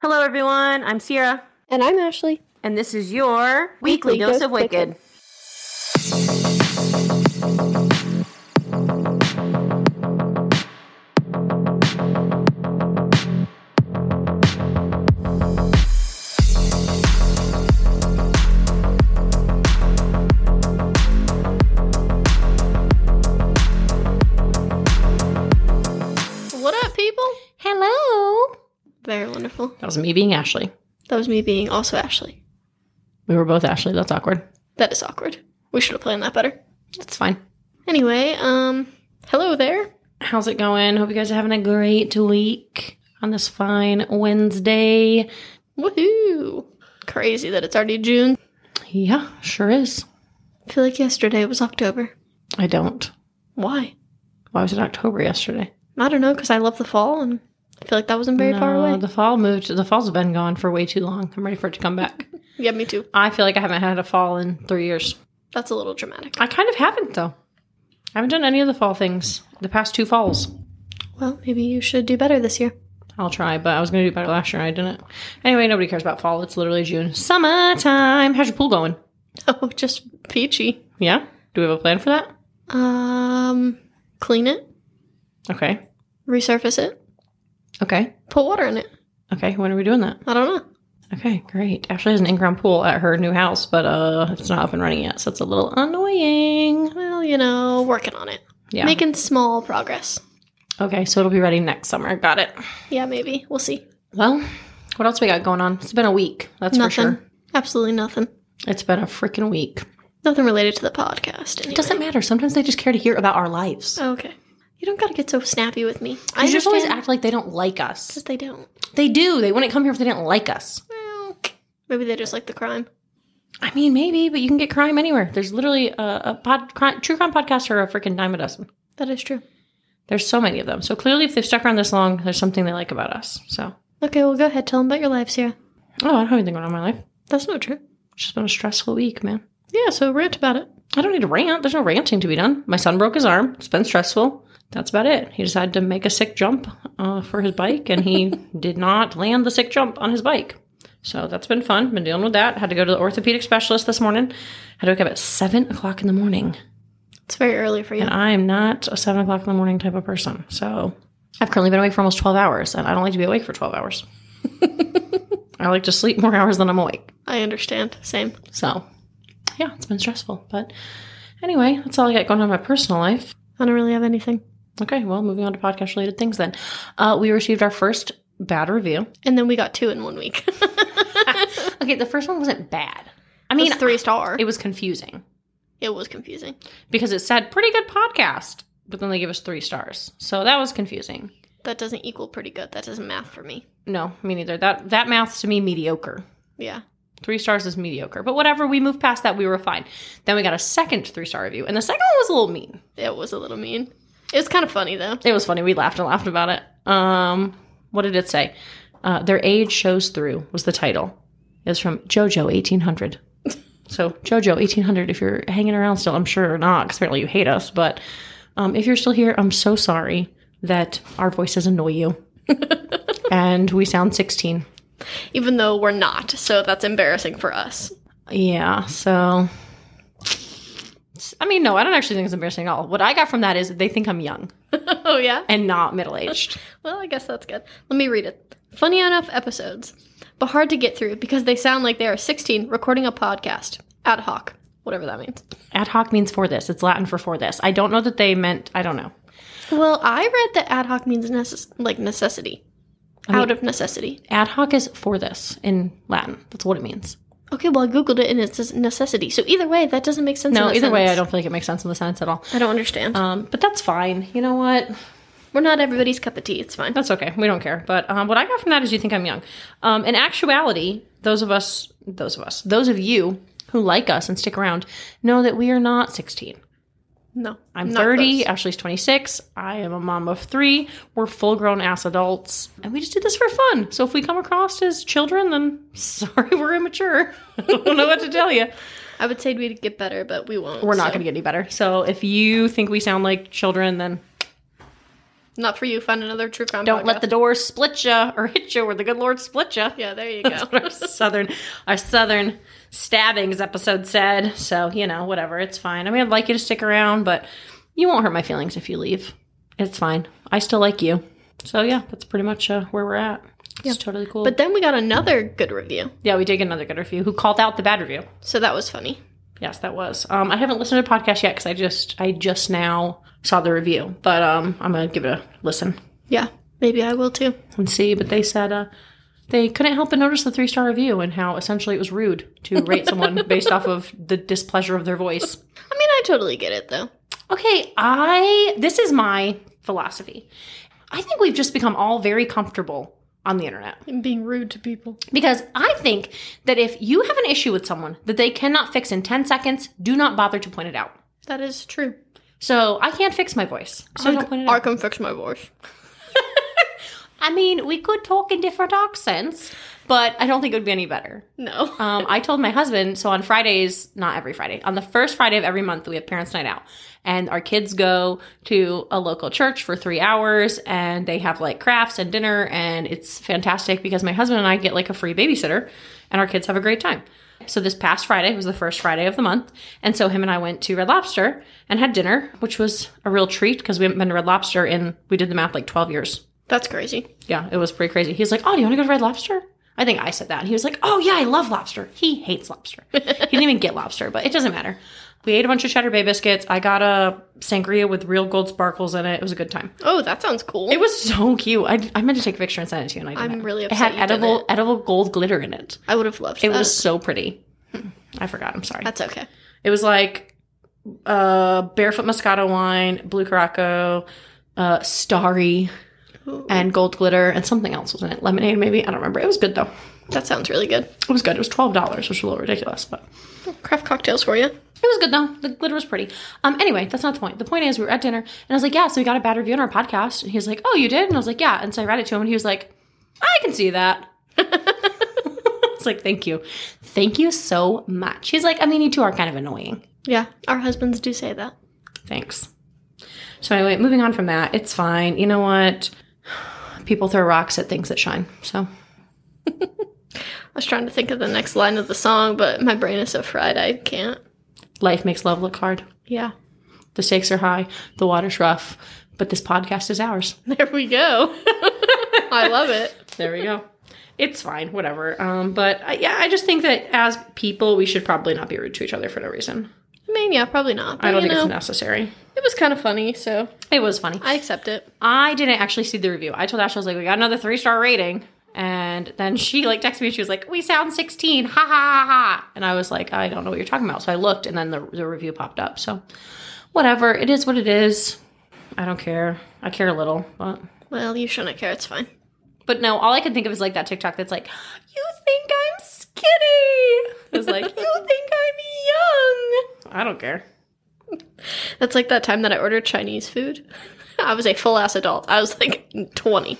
Hello, everyone. I'm Sierra, And I'm Ashley. and this is your weekly, Weekly dose, Dose of Wicked. Wicked. What up, people? Hello. Very wonderful. That was me being Ashley. That was me being also Ashley. We were both Ashley. That's awkward. That is awkward. We should have planned that better. That's fine. Anyway, um, hello there. How's it going? Hope you guys are having a great week on this fine Wednesday. Woohoo! Crazy that it's already June. Yeah, sure is. I feel like yesterday it was October. I don't. Why? Why was it October yesterday? I don't know, because I love the fall and I feel like that wasn't very far No, away. The fall moved. The fall's been gone for way too long. I'm ready for it to come back. yeah, me too. I feel like I haven't had a fall in three years. That's a little dramatic. I kind of haven't though. I haven't done any of the fall things. The past two falls. Well, maybe you should do better this year. I'll try, but I was going to do better last year and I didn't. Anyway, nobody cares about fall. It's literally June. Summertime. How's your pool going? Oh, just peachy. Yeah? Do we have a plan for that? Um, clean it, Okay. resurface it, Okay. put water in it. Okay. When are we doing that? I don't know. Okay, great. Ashley has an in-ground pool at her new house, but uh it's not up and running yet, so it's a little annoying. Well, you know, working on it. Yeah. Making small progress. okay, so it'll be ready next summer. Got it. Yeah, maybe. We'll see. Well, what else we got going on? It's been a week. That's nothing. for sure. Absolutely nothing. It's been a freaking week. Nothing related to the podcast. It anyway. Oh, doesn't matter. Sometimes they just care to hear about our lives. Okay. You don't gotta get so snappy with me. I just always understand, act like they don't like us. 'cause they don't. They do. They wouldn't come here if they didn't like us. Well, maybe they just like the crime. I mean, maybe, but you can get crime anywhere. There's literally a, a pod, crime, true crime podcast or a freaking dime a dozen. That is true. There's so many of them. So clearly, if they've stuck around this long, there's something they like about us. So, Okay, well, go ahead. Tell them about your life, Sarah. oh, I don't have anything going on in my life. That's not true. It's just been a stressful week, man. Yeah, so rant about it. I don't need to rant. There's no ranting to be done. My son broke his arm. It's been stressful. That's about it. He decided to make a sick jump uh, for his bike, and he did not land the sick jump on his bike. So that's been fun. Been dealing with that. Had to go to the orthopedic specialist this morning. Had to wake up at seven o'clock in the morning. It's very early for you. And I am not a seven o'clock in the morning type of person. So I've currently been awake for almost 12 hours, and I don't like to be awake for 12 hours. I like to sleep more hours than I'm awake. I understand. Same. So yeah, it's been stressful. But anyway, that's all I got going on in my personal life. I don't really have anything. Okay, well, moving on to podcast related things then. Uh, we received our first bad review. And then we got two in one week. Okay, the first one wasn't bad. I I mean, mean, three star. it was confusing It was confusing. because it said pretty good podcast, but then they gave us three stars. So that was confusing. That doesn't equal pretty good. That doesn't math for me. No, me neither. That that math's to me mediocre. Yeah. Three stars is mediocre, but whatever. We moved past that. We were fine. Then we got a second three star review, and the second one was a little mean. It was a little mean. It was kind of funny though. It was funny. We laughed and laughed about it. Um, what did it say? Uh, Their age shows through was the title. It was from JoJo eighteen hundred. so JoJo eighteen hundred. If you're hanging around still, I'm sure or not. 'cause apparently you hate us, but um, if you're still here, I'm so sorry that our voices annoy you, and we sound sixteen. Even though we're not, so that's embarrassing for us. Yeah, so I mean, no, I don't actually think it's embarrassing at all. What I got from that is they think I'm young oh yeah. and not middle aged. Well, I guess that's good. Let me read it. Funny enough episodes, but hard to get through because they sound like they are 16 recording a podcast ad hoc, whatever that means. Ad hoc means for this. It's Latin for for this. I don't know that they meant. I don't know. Well, I read that ad hoc means necess- like necessity, I mean- out of necessity. Ad hoc is for this in Latin. That's what it means. Okay, well, I googled it and it says necessity. So either way, that doesn't make sense. No, in either the way, I sentence. don't feel like it makes sense in the sentence at all. I don't understand. Um, but that's fine. You know what? We're not everybody's cup of tea. It's fine. That's okay. We don't care. But um, what I got from that is you think I'm young. Um, in actuality, those of us, those of us, those of you who like us and stick around, know that we are not 16. No, I'm not close. 30. Ashley's 26. I am a mom of three. We're full grown ass adults. And we just did this for fun. So if we come across as children, then sorry, we're immature. I don't know what to tell you. I would say we'd get better, but we won't. We're not so. going to get any better. So if you think we sound like children, then Not for you. Find another true crime. Don't let podcast. the door split ya or hit ya, or the good Lord split ya. Yeah, there you go. our southern our southern stabbings episode said. So you know, whatever, it's fine. I mean, I'd like you to stick around, but you won't hurt my feelings if you leave. It's fine. I still like you. So yeah, that's pretty much uh, where we're at. It's totally cool. but But then we got another good review, yeah, we did get another good review. Who called out the bad review? so that was funny. Yes, that was. Um, I haven't listened to the podcast yet because I just I just now saw the review, but um, I'm gonna give it a listen. Yeah, maybe I will too. and see. But they said uh, they couldn't help but notice the three star review and how essentially it was rude to rate someone based off of the displeasure of their voice. I mean, I totally get it though. Okay, I this is my philosophy. I think we've just become all very comfortable on the internet And being rude to people. because I think that if you have an issue with someone that they cannot fix in 10 seconds, do not bother to point it out. That is true. So I can't fix my voice. So don't point it I out. can fix my voice. I mean, we could talk in different accents, but I don't think it would be any better. No. Um, I told my husband, so on Fridays, not every Friday, on the first Friday of every month, we have Parents Night Out. And our kids go to a local church for three hours and they have like crafts and dinner. And it's fantastic because my husband and I get like a free babysitter and our kids have a great time. So this past Friday was the first Friday of the month. And so him and I went to Red Lobster and had dinner, which was a real treat because we haven't been to Red Lobster in, we did the math, like 12 years. That's crazy. Yeah, it was pretty crazy. He was like, "Oh, do you want to go to Red Lobster?" I think I said that, and he was like, "Oh yeah, I love lobster." He hates lobster. he didn't even get lobster, but it doesn't matter. We ate a bunch of Cheddar Bay biscuits. I got a sangria with real gold sparkles in it. It was a good time. Oh, that sounds cool. It was so cute. I, I meant to take a picture and send it to you, and I didn't. I'm really It upset had you didn't. edible edible gold glitter in it. I would have loved It that. was so pretty. I forgot. I'm sorry. That's okay. It was like uh, barefoot Moscato wine, blue Caraco, uh, starry, Ooh. and gold glitter, and something else was in it. Lemonade, maybe. I don't remember. It was good though. That sounds really good. It was good. It was twelve dollars, which was a little ridiculous, but it Craft cocktails for you. was good though. The glitter was pretty. Um. Anyway, that's not the point. The point is, we were at dinner, and I was like, "Yeah." So we got a bad review on our podcast, and he was like, "Oh, you did?" And I was like, "Yeah." And so I read it to him, and he was like, "I can see that." It's like, "Thank you, thank you so much." He's like, "I mean, you two are kind of annoying." Yeah, our husbands do say that. Thanks. So anyway, moving on from that, it's fine. You know what? People throw rocks at things that shine. So I was trying to think of the next line of the song, but my brain is so fried I can't. life makes love look hard. Yeah. The stakes are high. The water's rough. But this podcast is ours. There we go. I love it. There we go. It's fine, whatever. Um, but I, yeah, I just think that as people, we should probably not be rude to each other for no reason. I mean, yeah, probably not. But, I don't you think know, it's necessary. it was kind of funny, so It was funny. I accept it. I didn't actually see the review. I told Ash, I was like, we got another three star rating. And then she like texted me and she was like, we sound 16. Ha ha ha ha. And I was like, I don't know what you're talking about. So I looked and then the, the review popped up. So whatever. It is what it is. I don't care. I care a little, but. Well, you shouldn't care. It's fine. But no, all I can think of is like that TikTok that's like, you think I'm skinny. It's like, you think I'm young. I don't care. That's like that time that I ordered Chinese food. I was a full ass adult. I was like 20.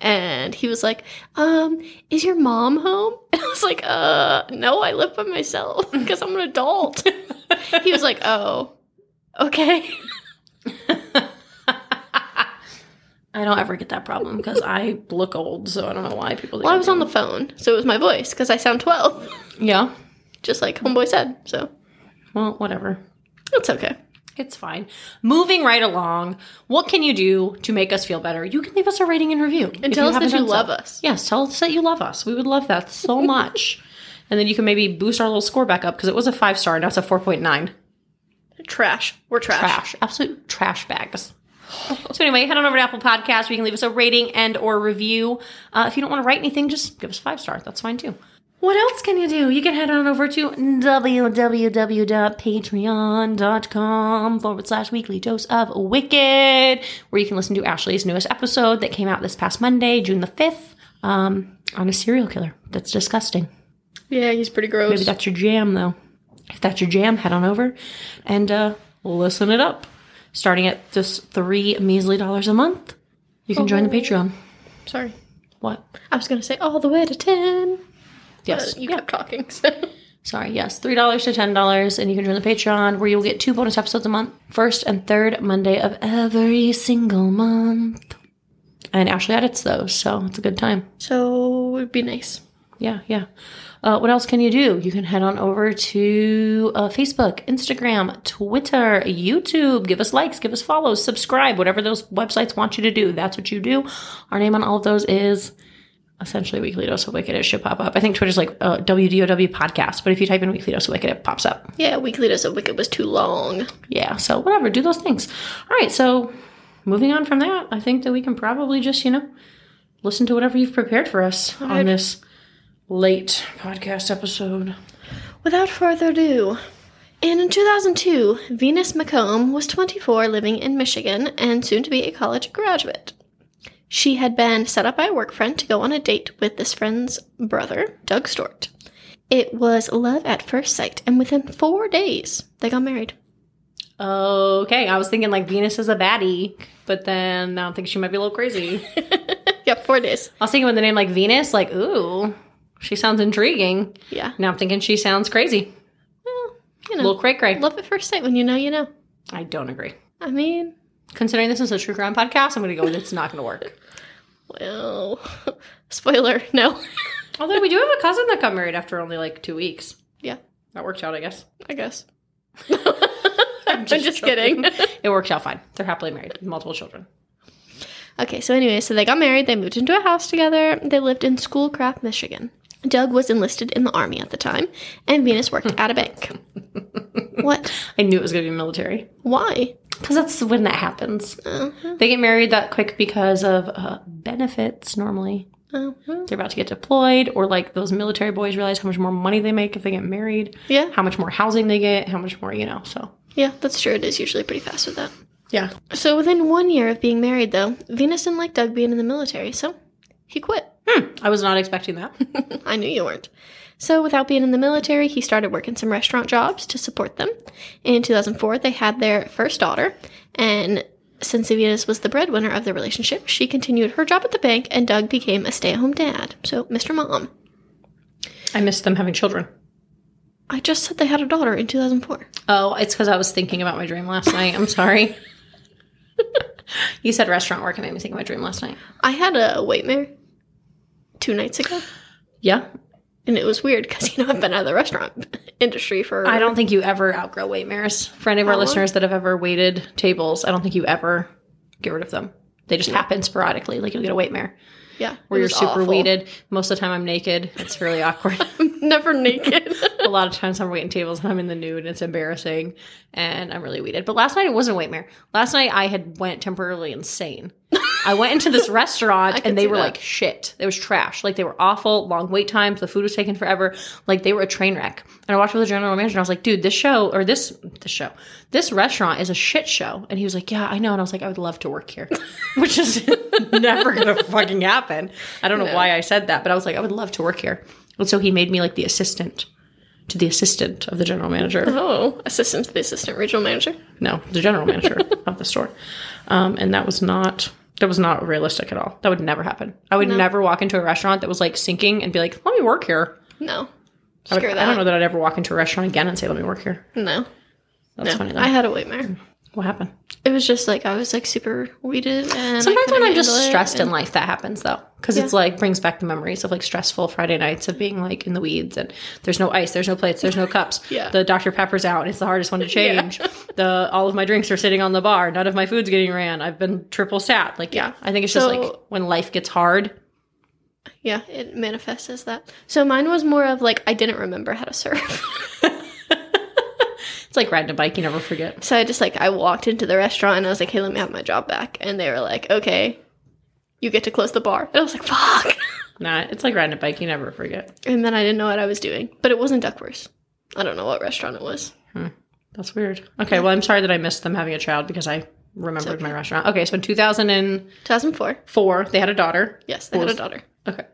And he was like, um, is your mom home? And I was like, uh, no, I live by myself because I'm an adult. he was like, oh, okay. I don't ever get that problem because I look old, so I don't know why people. think Well, I I'm was on the phone, so it was my voice because I sound 12, young. Yeah. just like Homeboy said. So Well, whatever. it's okay. It's fine. Moving right along. What can you do to make us feel better? You can leave us a rating and review. And tell us that you love us. Yes, tell us that you love us. We would love that so much. and then you can maybe boost our little score back up because it was a five star. Now it's a four point nine. Trash. We're trash. trash, absolute trash bags. so anyway, head on over to Apple Podcasts. where You can leave us a rating and or review. Uh, if you don't want to write anything, just give us a five star. That's fine too. What else can you do? You can head on over to www.patreon.com forward slash weekly dose of wicked, where you can listen to Ashley's newest episode that came out this past Monday, June the 5th, um, on a serial killer. That's disgusting. Yeah, he's pretty gross. Maybe that's your jam, though. If that's your jam, head on over and uh, listen it up. Starting at just three measly dollars a month, you can join the Patreon. Sorry. What? I was going to say all the way to 10. Yes. Uh, You kept talking, so. Sorry, yes, three dollars to ten dollars, and you can join the Patreon where you'll get two bonus episodes a month, first and third Monday of every single month. And Ashley edits those, so it's a good time. So it'd be nice. Yeah, yeah. Uh, what else can you do? You can head on over to uh, Facebook, Instagram, Twitter, YouTube. Give us likes, give us follows, subscribe, whatever those websites want you to do. That's what you do. Our name on all of those is essentially Weekly Dose of Wicked. It should pop up. I think Twitter's like uh, WDOW podcast, but if you type in Weekly Dose of Wicked, it pops up. Yeah, Weekly Dose of Wicked was too long. Yeah, so whatever, do those things. All right, so moving on from that, I think that we can probably just, you know, listen to whatever you've prepared for us on right. this late podcast episode. Without further ado, in 2002, Venus McComb was 24, living in Michigan, and soon to be a college graduate. She had been set up by a work friend to go on a date with this friend's brother, Doug Stort. It was love at first sight, and within four days, they got married. Okay, I was thinking like Venus is a baddie, but then now I think she might be a little crazy. yeah, four days. I was thinking with the name like Venus, like ooh, she sounds intriguing. Yeah. Now I'm thinking she sounds crazy, Well, you a know, little cray cray. love at first sight when you know you know. I don't agree. I mean, Considering this is a true crime podcast, I'm going to go with it's not going to work. well, spoiler, no. Although we do have a cousin that got married after only like two weeks. yeah, That worked out, I guess. I guess. I'm just, kidding. joking. it worked out fine. They're happily married, with multiple children. Okay, so anyway, so they got married, they moved into a house together, they lived in Schoolcraft, Michigan. Doug was enlisted in the army at the time, and Venus worked at a bank. what? I knew it was going to be military Why? because that's when that happens. Uh-huh, They get married that quick because of uh, benefits normally. uh-huh. they're about to get deployed, or like those military boys realize how much more money they make if they get married, Yeah, how much more housing they get, how much more, you know, so. yeah, that's true. It is usually pretty fast with that. Yeah. So within one year of being married, though, Venus didn't like Doug being in the military, so he quit. I was not expecting that. I knew you weren't. So, without being in the military, he started working some restaurant jobs to support them. In 2004, they had their first daughter, and since Venus was the breadwinner of the relationship, she continued her job at the bank, and Doug became a stay at home dad. So, Mr. Mom. I missed them having children. I just said they had a daughter in 2004. Oh, it's because I was thinking about my dream last night. I'm sorry. you said restaurant work and made me think of my dream last night. I had a waitmare two nights ago, Yeah. and it was weird because, you know, I've been out of the restaurant industry for. I don't think you ever outgrow wait mares. For any of our Aw. listeners that have ever waited tables, I don't think you ever get rid of them. They just happen sporadically. Like you'll get a wait mare Yeah. where it you're was super awful. weighted. Most of the time I'm naked. It's really awkward. Never naked. a lot of times I'm waiting tables and I'm in the nude and it's embarrassing and I'm really weeded. But last night it wasn't a waitmare. Last night I had went temporarily insane. I went into this restaurant can and they see were that. like shit. It was trash. Like they were awful, long wait times, the food was taking forever. Like they were a train wreck. And I watched with the general manager and I was like, dude, this show or this this show, this restaurant is a shit show. And he was like, Yeah, I know. And I was like, I would love to work here. Which is never gonna fucking happen. I don't know why I said that, but I was like, I would love to work here. And so he made me like the assistant to the assistant of the general manager. oh, assistant to the assistant regional manager. No, the general manager of the store. Um, and that was not that was not realistic at all. That would never happen. I would never walk into a restaurant that was like sinking and be like, "Let me work here." No. I, would- Screw that. I don't know that I'd ever walk into a restaurant again and say, "Let me work here." No. That's no. funny. Though. I had a nightmare. what happened? It was just like I was like super weeded and Sometimes when I'm just stressed and in life, that happens though, because it's like brings back the memories of like stressful Friday nights of being like in the weeds and there's no ice, there's no plates, there's no cups. Yeah. The Dr Pepper's out. It's the hardest one to change. the all of my drinks are sitting on the bar. None of my food's getting ran. I've been triple sat. Like yeah, Yeah. I think it's So- just like when life gets hard. yeah, it manifests as that. So mine was more of like I didn't remember how to surf. It's like riding a bike. You never forget. so I just like I walked into the restaurant and I was like, "Hey, let me have my job back." And they were like, "Okay, you get to close the bar." And I was like, "Fuck!" Nah, it's like riding a bike. You never forget. And then I didn't know what I was doing, but it wasn't Duckworth. I don't know what restaurant it was. That's weird. Okay, well I'm sorry that I missed them having a child because I remembered my restaurant. Okay, so in 2004 2004. they had a daughter. Yes, they had a Was- daughter. Okay,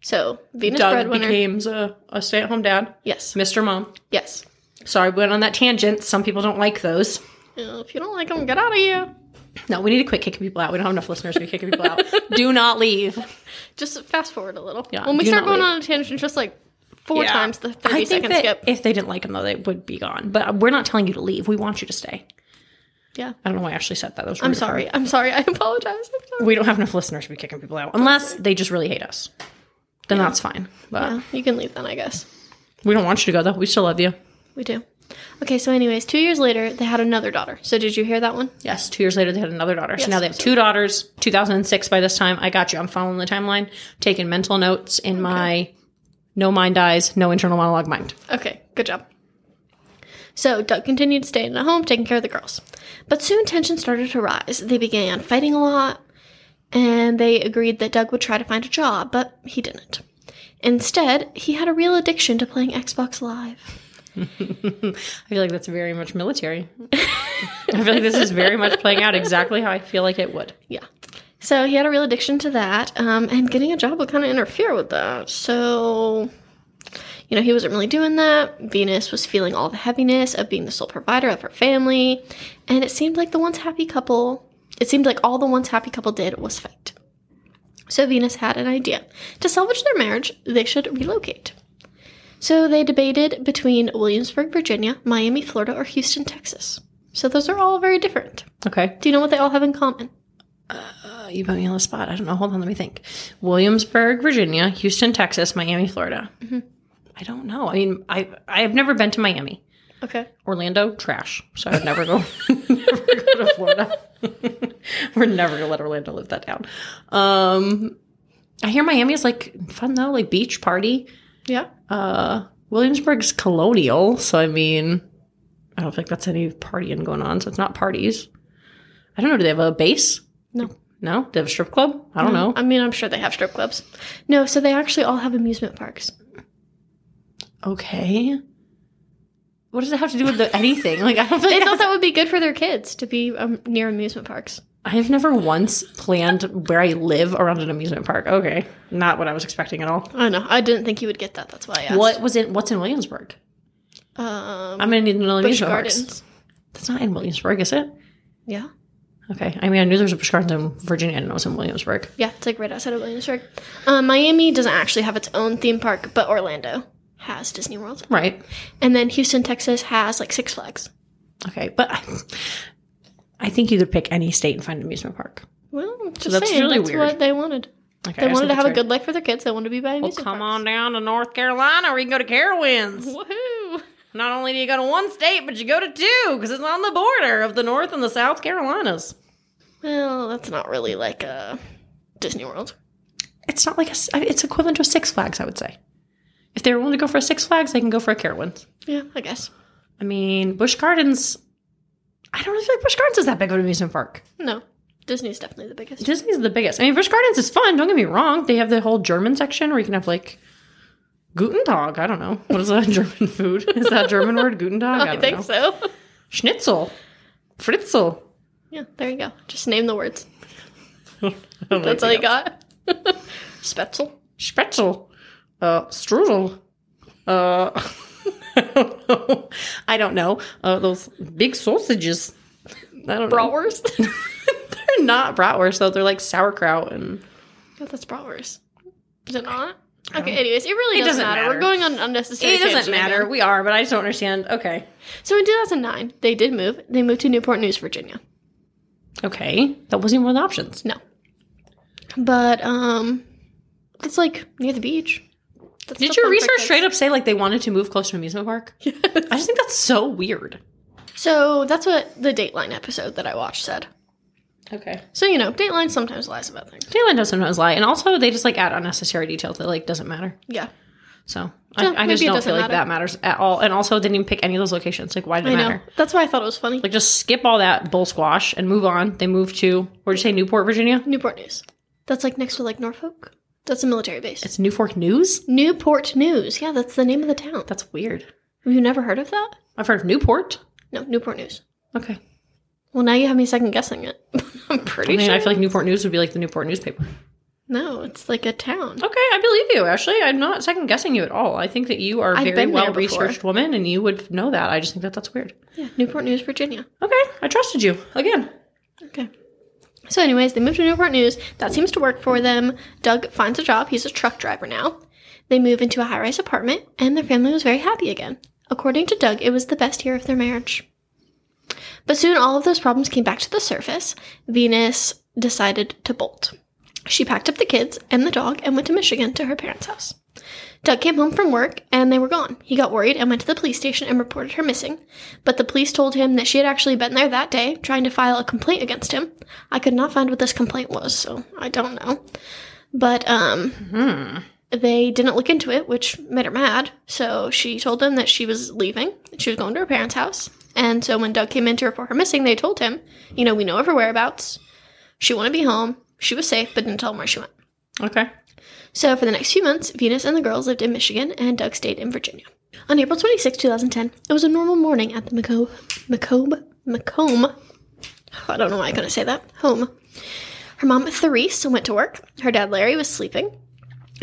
So Venus Doug breadwinner. became a, a stay-at-home dad. yes, Mr. Mom. yes. Sorry, we went on that tangent. Some people don't like those. Uh, If you don't like them, get out of here. No, we need to quit kicking people out. We don't have enough listeners to be kicking people out. Do not leave. Just fast forward a little. Yeah, when we do start not going leave. on a tangent, just like four Yeah. times the I 30 think second that skip. if they didn't like him though, they would be gone. But we're not telling you to leave. We want you to stay. Yeah. I don't know why I actually said that. that was rude I'm of her. sorry. I'm sorry. I apologize. I'm sorry. We don't have enough listeners to be kicking people out unless they just really hate us. Then that's fine. But Yeah, you can leave then, I guess. we don't want you to go though. We still love you. We do. Okay, so anyways, two years later, they had another daughter. So did you hear that one? Yes. Two years later, they had another daughter. Yes. So now they have two daughters. 2006 by this time. I got you. I'm following the timeline, taking mental notes in my no mind eyes, no internal monologue mind. Okay, good job. So Doug continued staying at home, taking care of the girls. But soon tensions started to rise. They began fighting a lot, and they agreed that Doug would try to find a job, but he didn't. Instead, he had a real addiction to playing Xbox Live. I feel like that's very much military. I feel like this is very much playing out exactly how I feel like it would. Yeah. So he had a real addiction to that, um, and getting a job would kind of interfere with that. So, you know, he wasn't really doing that. Venus was feeling all the heaviness of being the sole provider of her family, and it seemed like the once happy couple, it seemed like all the once happy couple did was fight. So Venus had an idea. To salvage their marriage, they should relocate. So they debated between Williamsburg, Virginia, Miami, Florida, or Houston, Texas. So those are all very different. Okay. Do you know what they all have in common? Uh, you put me on the spot. I don't know. Hold on. Let me think. Williamsburg, Virginia, Houston, Texas, Miami, Florida. Mm-hmm. I don't know. I mean, I I've never been to Miami. Okay. Orlando, trash. So I'd never go, never go to Florida. We're never gonna let Orlando live that down. Um, I hear Miami is like fun though, like beach party. Yeah. Uh, Williamsburg's colonial, so I mean, I don't think that's any partying going on. So it's not parties. I don't know. Do they have a base? No. No. Do they have a strip club? I don't know. I mean, I'm sure they have strip clubs. No, so they actually all have amusement parks. Okay. What does it have to do with the, anything? Like I don't They think thought that would be good for their kids to be um, near amusement parks. I've never once planned where I live around an amusement park. Okay, not what I was expecting at all. I don't know. I didn't think you would get that. That's why I asked. What was in What's in Williamsburg? Um, I'm gonna need another Busch amusement Gardens. parks. That's not in Williamsburg, is it? Yeah. Okay. I mean, I knew there was a Busch Gardens in Virginia. I didn't know it was in Williamsburg. Yeah, it's like right outside of Williamsburg. Um, Miami doesn't actually have its own theme park, but Orlando has Disney World. Right. And then Houston, Texas has like Six Flags. Okay. But I, I think you could pick any state and find an amusement park. Well, just that's saying, really that's weird. what they wanted. They Okay. I just wanted think to have that's a good life for their kids. They wanted to be by weird. amusement Well, come parks. on down to North Carolina, or you can go to Carowinds. Woohoo! Not only do you go to one state, but you go to two because it's on the border of the North and the South Carolinas. Well, that's not really like a Disney World. it's not like a, s- I mean, it's equivalent to a Six Flags, I would say. If they're willing to go for a Six Flags, they can go for a Carowinds. Yeah, I guess. I mean, Busch Gardens, I don't really feel like Busch Gardens is that big of an amusement park. No, Disney's definitely the biggest. Disney's the biggest. I mean, Busch Gardens is fun, don't get me wrong. They have the whole German section where you can have like Guten Tag. I don't know. What is that German food? Is that a German word? Guten Tag? I, don't think know. so. Schnitzel. Fritzel. Yeah, there you go. Just name the words. I don't know That's all you anything else. got. Spetzel. Spetzel, uh, strudel. Uh, I don't know. I don't know. Uh, those big sausages. I don't know. Bratwurst. They're not bratwurst though. They're like sauerkraut and yeah, that's bratwurst. Is it not? Okay. Anyways, it really It doesn't, doesn't matter. matter. We're going on unnecessary. it doesn't tangent matter. again. We are, but I just don't understand. Okay, So in 2009, they did move. They moved to Newport News, Virginia. okay, that wasn't even one of the options. No, but um, it's like near the beach. That's Did still fun your for research kids. straight up say like they wanted to move close to an amusement park? I just think that's so weird. So that's what the Dateline episode that I watched said. Okay. So you know, Dateline sometimes lies about things. Dayland does sometimes lie, and also they just like add unnecessary details that like doesn't matter. Yeah, So Yeah, I, I just maybe it don't doesn't feel like matter. that matters at all. And also, didn't even pick any of those locations. Like, why did I it know. matter? That's why I thought it was funny. Like, just skip all that bull squash and move on. They move to where'd you say Newport, Virginia? Newport News. That's like next to like Norfolk. That's a military base. It's New Fork News. Newport News. Yeah, that's the name of the town. That's weird. Have you never heard of that? I've heard of Newport. No, Newport News. Okay. Well, now you have me second guessing it. I'm pretty I mean, sure. I feel like Newport News would be like the Newport newspaper. Okay, no, it's like a town. I believe you. Actually, I'm not second guessing you at all. I think that you are a I've very been there well researched woman, and you would know that. I just think that that's weird. Yeah, Newport News, Virginia. Okay, I trusted you again. Okay. So, anyways, they moved to Newport News. That seems to work for them. Doug finds a job. He's a truck driver now. They move into a high rise apartment, and their family was very happy again. According to Doug, it was the best year of their marriage. But soon all of those problems came back to the surface. Venus decided to bolt. She packed up the kids and the dog and went to Michigan to her parents' house. Doug came home from work and they were gone. He got worried and went to the police station and reported her missing. But the police told him that she had actually been there that day trying to file a complaint against him. I could not find what this complaint was, so I don't know. But um they didn't look into it, which made her mad. So she told them that she was leaving. that She was going to her parents' house. And so when Doug came in to report her missing, they told him, you know, we know of her whereabouts. She wanted to be home. She was safe, but didn't tell him where she went. Okay. So, for the next few months, Venus and the girls lived in Michigan, and Doug stayed in Virginia. On April 26, 2010, it was a normal morning at the Macomb, Macomb, Macomb. I don't know why I couldn't say that. Home. Her mom, Therese, went to work. Her dad, Larry, was sleeping,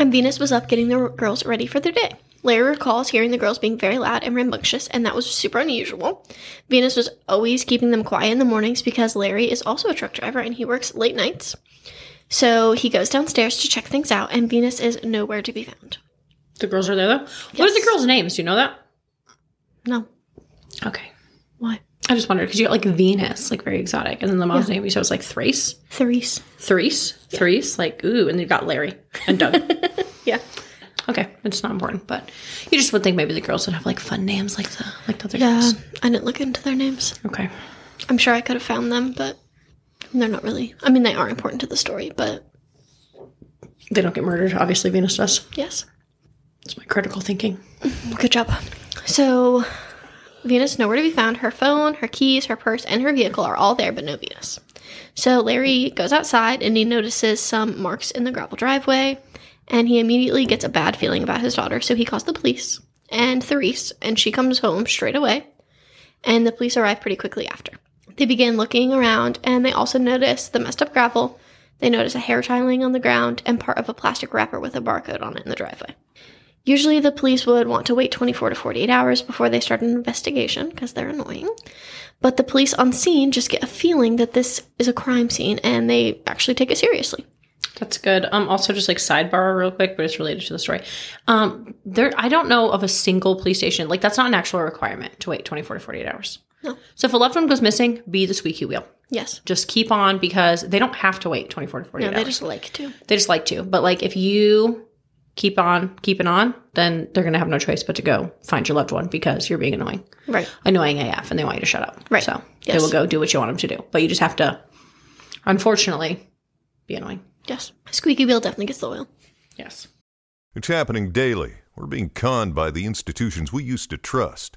and Venus was up getting the girls ready for their day. Larry recalls hearing the girls being very loud and rambunctious, and that was super unusual. Venus was always keeping them quiet in the mornings because Larry is also a truck driver and he works late nights. So he goes downstairs to check things out, and Venus is nowhere to be found. The girls are there though. What are the Yes. girls' names? Do you know that? No. Okay. Why? I just wondered because you got like Venus, like very exotic, and then the mom's name you said was like Thrace, Therese. Thrace, Thrace, like ooh, and you got Larry and Doug. Yeah. okay, it's not important, but you just would think maybe the girls would have like fun names like the like the other Yeah. girls. Uh, I didn't look into their names. Okay. I'm sure I could have found them, but they're not really. I mean, they are important to the story, but They don't get murdered. Obviously, Venus does. yes. It's my critical thinking. Good job. So, Venus nowhere to be found. Her phone, her keys, her purse, and her vehicle are all there, but no Venus. So Larry goes outside and he notices some marks in the gravel driveway, and he immediately gets a bad feeling about his daughter. So he calls the police and Therese, and she comes home straight away. And the police arrive pretty quickly after. They begin looking around, and they also notice the messed up gravel. They notice a hair tie laying on the ground and part of a plastic wrapper with a barcode on it in the driveway. Usually, the police would want to wait 24 to 48 hours before they start an investigation because they're annoying. But the police on scene just get a feeling that this is a crime scene and they actually take it seriously. That's good. Um, also just like sidebar real quick, but it's related to the story. Um, there I don't know of a single police station like that's not an actual requirement to wait 24 to 48 hours. No. So if a loved one goes missing, be the squeaky wheel. Yes. Just keep on because they don't have to wait 24 to 48 No, hours. they just like to. they just like to. But like if you keep on keeping on, then they're gonna have no choice but to go find your loved one because you're being annoying, Right. annoying AF, and they want you to shut up. Right. So they Yes. will go do what you want them to do, but you just have to, unfortunately, be annoying. Yes. Squeaky wheel definitely gets the oil. Yes. It's happening daily. We're being conned by the institutions we used to trust.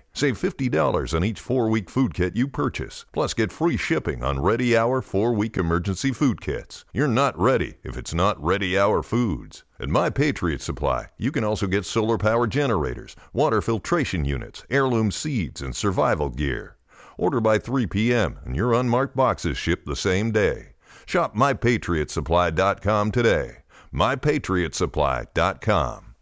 Save $50 on each four week food kit you purchase, plus get free shipping on Ready Hour four week emergency food kits. You're not ready if it's not Ready Hour foods. At My Patriot Supply, you can also get solar power generators, water filtration units, heirloom seeds, and survival gear. Order by 3 p.m., and your unmarked boxes ship the same day. Shop mypatriotsupply.com today. mypatriotsupply.com.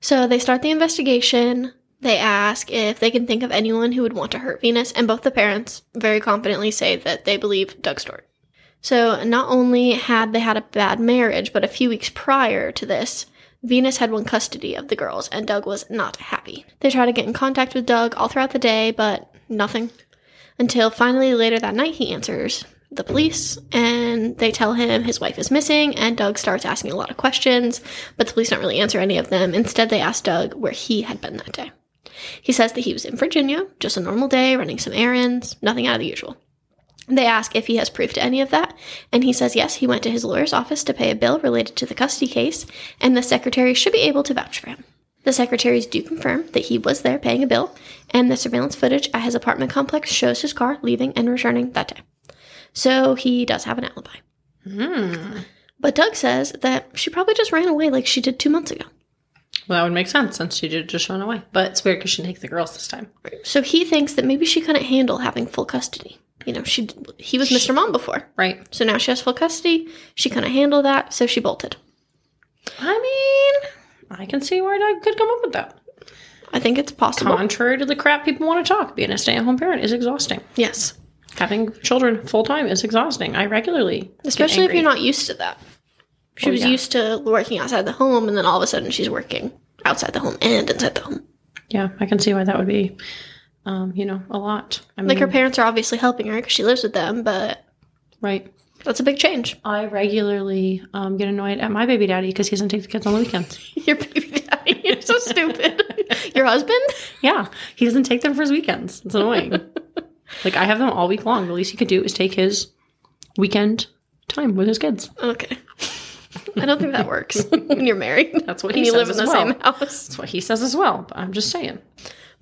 So they start the investigation. They ask if they can think of anyone who would want to hurt Venus, and both the parents very confidently say that they believe Doug Stewart. So not only had they had a bad marriage, but a few weeks prior to this, Venus had won custody of the girls, and Doug was not happy. They try to get in contact with Doug all throughout the day, but nothing. Until finally later that night, he answers the police and they tell him his wife is missing. And Doug starts asking a lot of questions, but the police don't really answer any of them. Instead, they ask Doug where he had been that day. He says that he was in Virginia, just a normal day, running some errands, nothing out of the usual. They ask if he has proof to any of that, and he says yes, he went to his lawyer's office to pay a bill related to the custody case, and the secretary should be able to vouch for him. The secretaries do confirm that he was there paying a bill, and the surveillance footage at his apartment complex shows his car leaving and returning that day. So he does have an alibi. But Doug says that she probably just ran away like she did two months ago. Well, that would make sense since she did just run away. But it's weird because she didn't take the girls this time. So he thinks that maybe she couldn't handle having full custody. You know, she he was Mr. Mom before. Right. So now she has full custody. She couldn't handle that, so she bolted. I mean, I can see where Doug could come up with that. I think it's possible. Contrary to the crap people want to talk, being a stay at home parent is exhausting. Yes. Having children full time is exhausting. I regularly. get Especially if angry. you're not used to that. She Oh, was yeah. used to working outside the home and then all of a sudden she's working outside the home and inside the home. Yeah, I can see why that would be, um, you know, a lot. I mean, Like her parents are obviously helping her because she lives with them, but right. that's a big change. I regularly um, get annoyed at my baby daddy because he doesn't take the kids on the weekends. Your baby daddy, you're so stupid. Your husband? yeah, he doesn't take them for his weekends. It's annoying. like I have them all week long. The least he could do is take his weekend time with his kids. Okay. I don't think that works when you're married. That's what and he you says live in as the well. same house. That's what he says as well. But I'm just saying.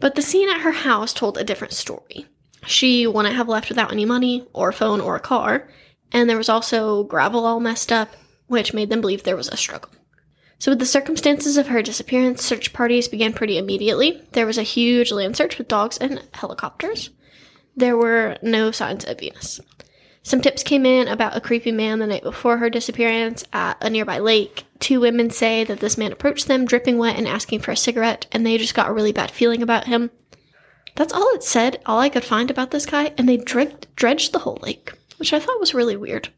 But the scene at her house told a different story. She wouldn't have left without any money or a phone or a car, and there was also gravel all messed up, which made them believe there was a struggle. So, with the circumstances of her disappearance, search parties began pretty immediately. There was a huge land search with dogs and helicopters. There were no signs of Venus. Some tips came in about a creepy man the night before her disappearance at a nearby lake. Two women say that this man approached them, dripping wet and asking for a cigarette, and they just got a really bad feeling about him. That's all it said, all I could find about this guy, and they dredged, dredged the whole lake, which I thought was really weird.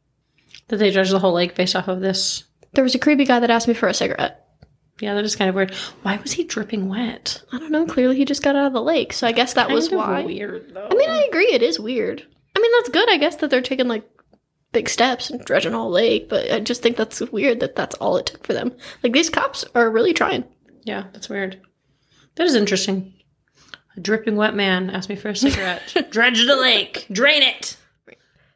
Did they judge the whole lake based off of this? There was a creepy guy that asked me for a cigarette. Yeah, that is kind of weird. Why was he dripping wet? I don't know, clearly he just got out of the lake, so I guess that was Kind of why. weird though. I mean, I agree, it is weird. I mean, that's good, I guess, that they're taking like big steps and dredging a whole lake, but I just think that's weird that that's all it took for them. Like, these cops are really trying. yeah, that's weird. That is interesting. A dripping wet man asked me for a cigarette. Dredge the lake. Drain it.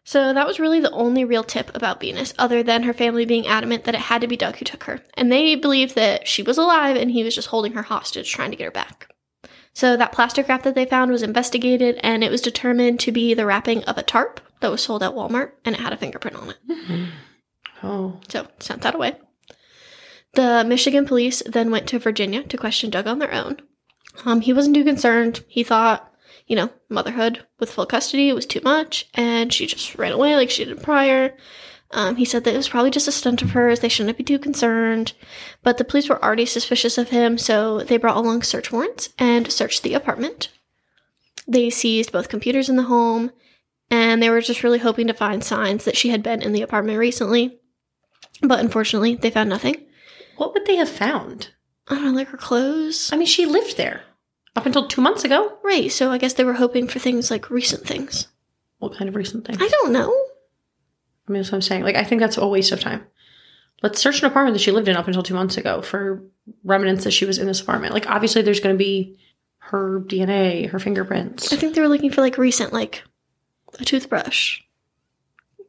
So that was really the only real tip about Venus, other than her family being adamant that it had to be Doug who took her. And they believed that she was alive and he was just holding her hostage, trying to get her back. So that plastic wrap that they found was investigated and it was determined to be the wrapping of a tarp that was sold at Walmart and it had a fingerprint on it. Oh, So sent that away. The Michigan police then went to Virginia to question Doug on their own. Um, he wasn't too concerned. He thought, you know, motherhood with full custody was too much, and she just ran away like she did prior. Um, he said that it was probably just a stunt of hers. They shouldn't be too concerned. But the police were already suspicious of him, so they brought along search warrants and searched the apartment. They seized both computers in the home, and they were just really hoping to find signs that she had been in the apartment recently. But unfortunately, they found nothing. what would they have found? I don't know, like her clothes. I mean, she lived there up until two months ago. Right, so I guess they were hoping for things like recent things. What kind of recent thing? I don't know. I mean, that's what I'm saying. Like, I think that's a waste of time. Let's search an apartment that she lived in up until two months ago for remnants that she was in this apartment. Like, obviously, there's going to be her DNA, her fingerprints. I think they were looking for like recent, like a toothbrush,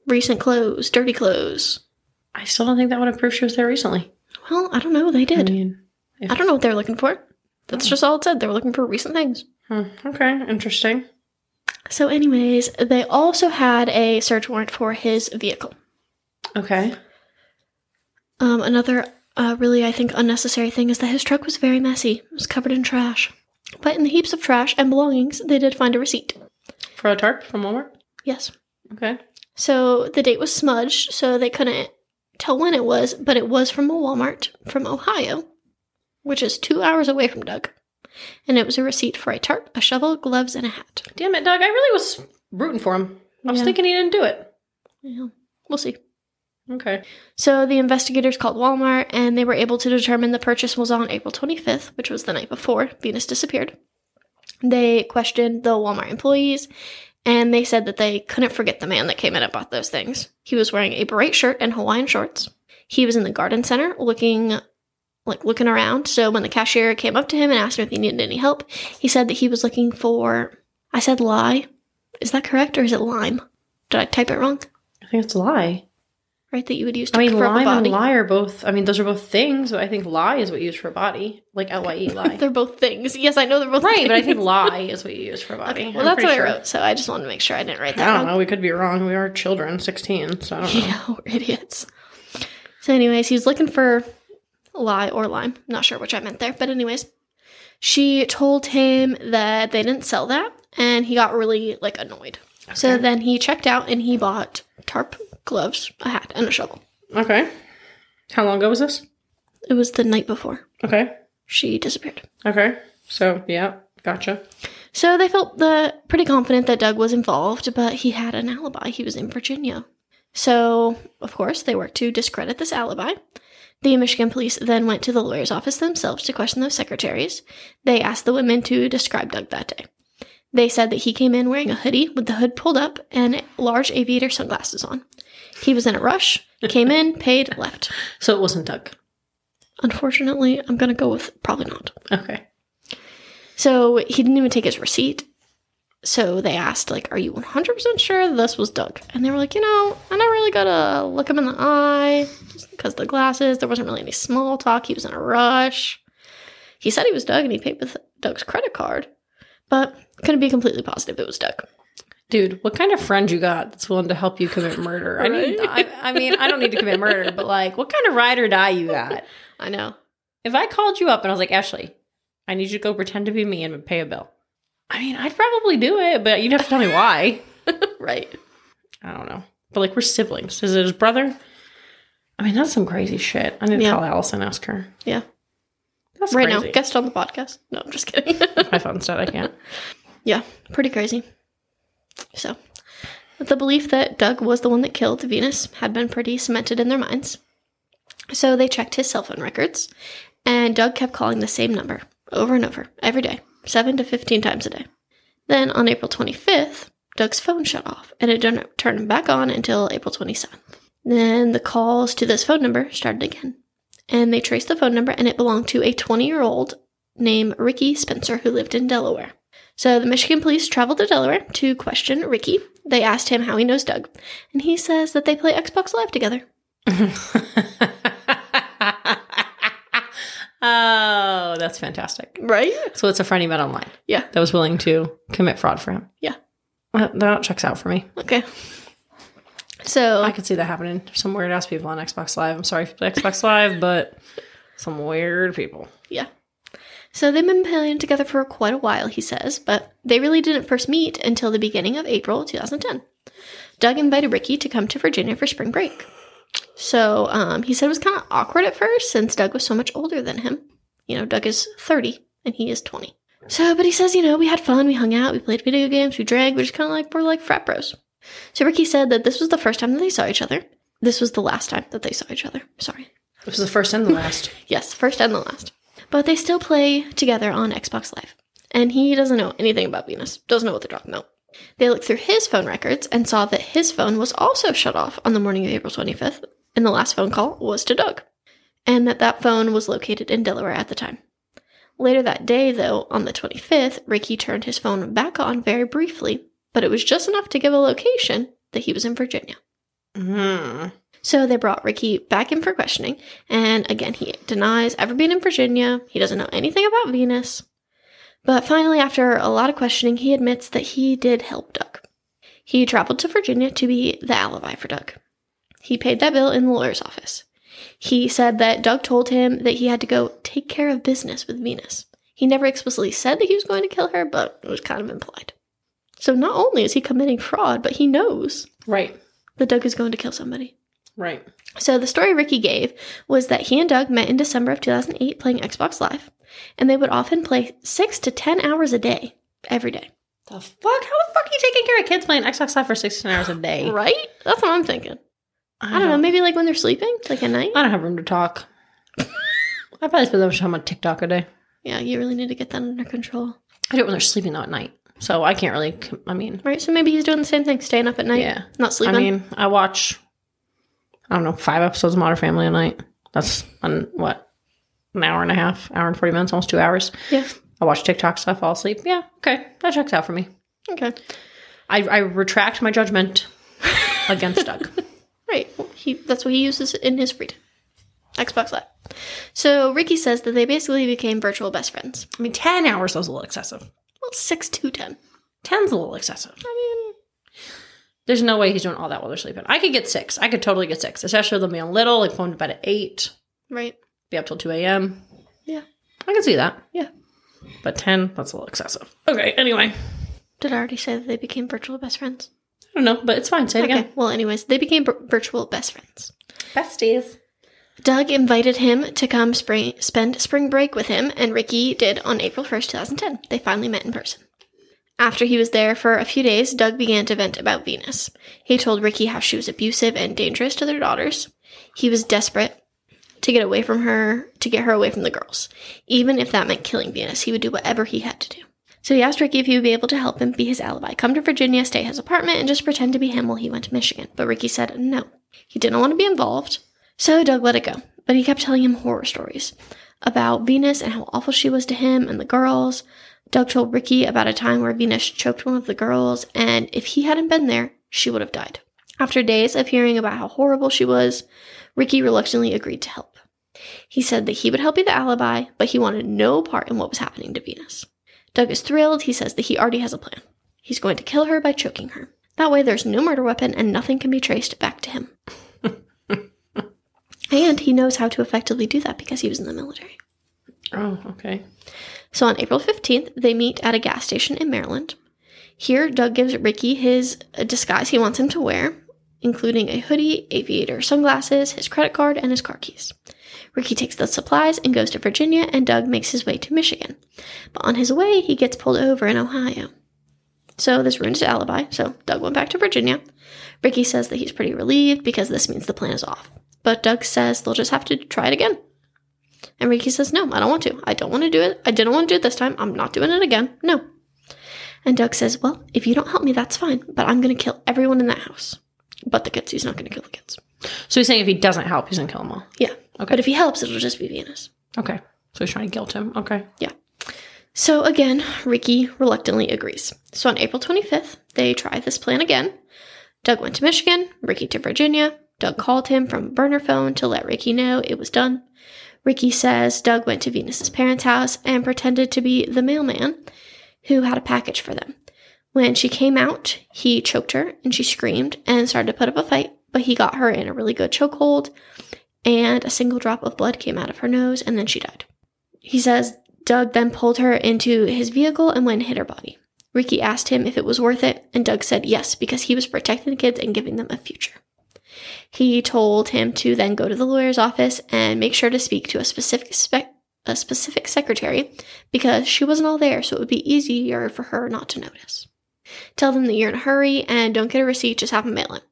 recent clothes, dirty clothes. I still don't think that would have proved she was there recently. Well, I don't know. They I did. mean, I don't know what they were looking for. That's just all it said. They were looking for recent things. hmm, okay, interesting. So, anyways, they also had a search warrant for his vehicle. Okay. Um, another uh, really, I think, unnecessary thing is that his truck was very messy. It was covered in trash. But in the heaps of trash and belongings, they did find a receipt. For a tarp from Walmart? Yes. Okay. So the date was smudged, so they couldn't tell when it was, but it was from a Walmart from Ohio, which is two hours away from Doug. And it was a receipt for a tarp, a shovel, gloves, and a hat. Damn it, Doug. I really was rooting for him. I was Yeah. thinking he didn't do it. Yeah, we'll see. Okay. So the investigators called Walmart and they were able to determine the purchase was on April 25th, which was the night before Venus disappeared. They questioned the Walmart employees and they said that they couldn't forget the man that came in and bought those things. He was wearing a bright shirt and Hawaiian shorts. He was in the garden center looking like looking around. So when the cashier came up to him and asked him if he needed any help, he said that he was looking for I said lie. Is that correct or is it lime? Did I type it wrong? I think it's a lie. Right that you would use to I mean, cover up a lime and body. lie are both, I mean, those are both things, but I think lie is what you use for body. Like L Y E lie. They're both things. Yes, I know they're both right, things. but I think lie is what you use for body. Okay, I'm well, that's pretty what sure. I wrote, so I just wanted to make sure I didn't write that. I don't wrong. know. We could be wrong. We are children, 16, so I don't know. Yeah, we're idiots. So, anyways, he was looking for lie or lime. Not sure which I meant there, but anyways, she told him that they didn't sell that, and he got really like annoyed. So then he checked out and he bought tarp, gloves, a hat, and a shovel. Okay. How long ago was this? It was the night before Okay. she disappeared. Okay. So, yeah, gotcha. So they felt the pretty confident that Doug was involved, but he had an alibi. He was in Virginia. So, of course, they worked to discredit this alibi. The Michigan police then went to the lawyer's office themselves to question their secretaries. They asked the women to describe Doug that day. They said that he came in wearing a hoodie with the hood pulled up and large aviator sunglasses on. He was in a rush, came in, paid, left. So it wasn't Doug. Unfortunately, I'm going to go with probably not. Okay. So he didn't even take his receipt. So they asked, like, are you 100% sure this was Doug? And they were like, you know, I never really got to look him in the eye just because the glasses. There wasn't really any small talk. He was in a rush. He said he was Doug and he paid with Doug's credit card, but couldn't be completely positive it was Doug. Dude, what kind of friend you got that's willing to help you commit murder? I need. I, I mean, I don't need to commit murder, but like, what kind of ride or die you got? I know. If I called you up and I was like, Ashley, I need you to go pretend to be me and pay a bill. I mean, I'd probably do it, but you'd have to tell me why. Right. I don't know. But like, we're siblings. Is it his brother? I mean, that's some crazy shit. I need to Yeah. call Allison, ask her. Yeah. That's right crazy. now, guest on the podcast. No, I'm just kidding. My phone's dead. I can't. Yeah, pretty crazy. So, the belief that Doug was the one that killed Venus had been pretty cemented in their minds. So, they checked his cell phone records, and Doug kept calling the same number over and over every day, 7 to 15 times a day. Then, on April 25th, Doug's phone shut off, and it didn't turn back on until April 27th. Then, the calls to this phone number started again, and they traced the phone number, and it belonged to a 20 year old named Ricky Spencer who lived in Delaware. So the Michigan police traveled to Delaware to question Ricky. They asked him how he knows Doug, and he says that they play Xbox Live together. oh, that's fantastic. Right? So it's a friend he met online. Yeah. That was willing to commit fraud for him. Yeah. That, that checks out for me. Okay. So I could see that happening. Some weird ass people on Xbox Live. I'm sorry for the Xbox Live, but some weird people. yeah. So they've been playing together for quite a while, he says, but they really didn't first meet until the beginning of April 2010. Doug invited Ricky to come to Virginia for spring break. So um, he said it was kind of awkward at first since Doug was so much older than him. You know, Doug is 30 and he is 20. So, but he says, you know, we had fun, we hung out, we played video games, we drank, we're just kind of like, we're like frat bros. So Ricky said that this was the first time that they saw each other. This was the last time that they saw each other. Sorry. This was the first and the last. Yes, first and the last. But they still play together on Xbox Live. And he doesn't know anything about Venus, doesn't know what they're talking about. They looked through his phone records and saw that his phone was also shut off on the morning of April 25th, and the last phone call was to Doug, and that that phone was located in Delaware at the time. Later that day, though, on the 25th, Ricky turned his phone back on very briefly, but it was just enough to give a location that he was in Virginia. Mm. So they brought Ricky back in for questioning, and again, he denies ever being in Virginia. He doesn't know anything about Venus. But finally, after a lot of questioning, he admits that he did help Doug. He traveled to Virginia to be the alibi for Doug. He paid that bill in the lawyer's office. He said that Doug told him that he had to go take care of business with Venus. He never explicitly said that he was going to kill her, but it was kind of implied. So not only is he committing fraud, but he knows Right. that Doug is going to kill somebody. Right. So the story Ricky gave was that he and Doug met in December of 2008 playing Xbox Live, and they would often play 6 to 10 hours a day every day. The fuck? How the fuck are you taking care of kids playing Xbox Live for 16 hours a day? Right? That's what I'm thinking. Uh, I don't know, maybe like when they're sleeping, like at night? I don't have room to talk. I probably spend that much time on TikTok a day. Yeah, you really need to get that under control. I do it when they're sleeping though at night. So I can't really, com- I mean, Right? So maybe he's doing the same thing, staying up at night, Yeah. not sleeping. I mean, I watch, I don't know, five episodes of Modern Family a night. That's on what, an hour and a half, hour and 40 minutes, almost two hours. yeah. I watch TikTok stuff, fall asleep. Yeah, okay. That checks out for me. Okay. I, I retract my judgment against Doug. Right. Well, He that's what he uses in his free time. Xbox Live. So Ricky says that they basically became virtual best friends. I mean, 10 hours was a little excessive. Well, 6 to 10. 10's a little excessive. I mean, there's no way he's doing all that while they're sleeping. I could get six. I could totally get six, especially with them being little, like going to bed at eight. Right? be up till 2 a.m. Yeah. I can see that. Yeah. But 10, that's a little excessive. Okay, anyway. I Did I already say that they became virtual best friends? don't know, but it's fine. Say it Okay. again. Well, anyways, they became vir- virtual best friends. Besties. Doug invited him to come spring, spend spring break with him, and Ricky did on April 1st, 2010. They finally met in person. After he was there for a few days, Doug began to vent about Venus. He told Ricky how she was abusive and dangerous to their daughters. He was desperate to get away from her, to get her away from the girls. Even if that meant killing Venus, he would do whatever he had to do. So he asked Ricky if he would be able to help him be his alibi. Come to Virginia, stay at his apartment, and just pretend to be him while he went to Michigan. But Ricky said no. He didn't want to be involved. So Doug let it go, but he kept telling him horror stories about Venus and how awful she was to him and the girls. Doug told Ricky about a time where Venus choked one of the girls, and if he hadn't been there, she would have died. After days of hearing about how horrible she was, Ricky reluctantly agreed to help. He said that he would help be the alibi, but he wanted no part in what was happening to Venus. Doug is thrilled. He says that he already has a plan. He's going to kill her by choking her. That way, there's no murder weapon and nothing can be traced back to him. And he knows how to effectively do that because he was in the military. Oh, okay. So on April 15th, they meet at a gas station in Maryland. Here, Doug gives Ricky his uh, disguise he wants him to wear, including a hoodie, aviator sunglasses, his credit card, and his car keys. Ricky takes the supplies and goes to Virginia, and Doug makes his way to Michigan. But on his way, he gets pulled over in Ohio. So this ruins his alibi, so Doug went back to Virginia. Ricky says that he's pretty relieved because this means the plan is off. But Doug says they'll just have to try it again. And Ricky says, No, I don't want to. I don't want to do it. I didn't want to do it this time. I'm not doing it again. No. And Doug says, Well, if you don't help me, that's fine, but I'm going to kill everyone in that house. But the kids. He's not going to kill the kids. So he's saying if he doesn't help, he's going to kill them all. Yeah. Okay. But if he helps, it'll just be Venus. Okay. So he's trying to guilt him. Okay. So again, Ricky reluctantly agrees. So on April 25th, they try this plan again. Doug went to Michigan, Ricky to Virginia. Doug called him from a burner phone to let Ricky know it was done. Ricky says Doug went to Venus's parents' house and pretended to be the mailman who had a package for them. When she came out, he choked her and she screamed and started to put up a fight, but he got her in a really good chokehold and a single drop of blood came out of her nose and then she died. He says Doug then pulled her into his vehicle and went and hit her body. Ricky asked him if it was worth it, and Doug said yes because he was protecting the kids and giving them a future. He told him to then go to the lawyer's office and make sure to speak to a specific spec- a specific secretary because she wasn't all there, so it would be easier for her not to notice. Tell them that you're in a hurry and don't get a receipt, just have them mail it.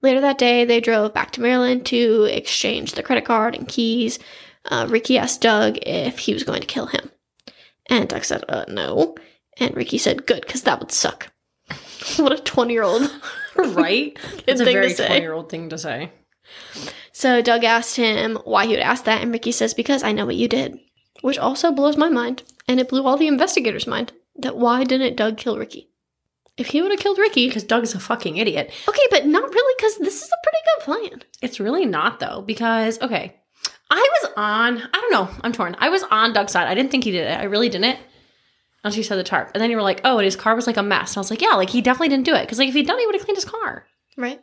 Later that day, they drove back to Maryland to exchange the credit card and keys. Uh, Ricky asked Doug if he was going to kill him. And Doug said, uh, no. And Ricky said, good, because that would suck. what a 20 year old. right? It's a thing to very say. 20 year old thing to say. So Doug asked him why he would ask that, and Ricky says, because I know what you did. Which also blows my mind, and it blew all the investigators' mind that why didn't Doug kill Ricky? If he would have killed Ricky, Because Doug's a fucking idiot. okay, but not really, because this is a pretty good plan. It's really not though, because okay, I was on. I don't know. I'm torn. I was on Doug's side. I didn't think he did it. I really didn't. Until you said the tarp, and then you were like, "Oh, and his car was like a mess." And I was like, "Yeah, like he definitely didn't do it." Because like if he'd done, it, he would have cleaned his car. Right?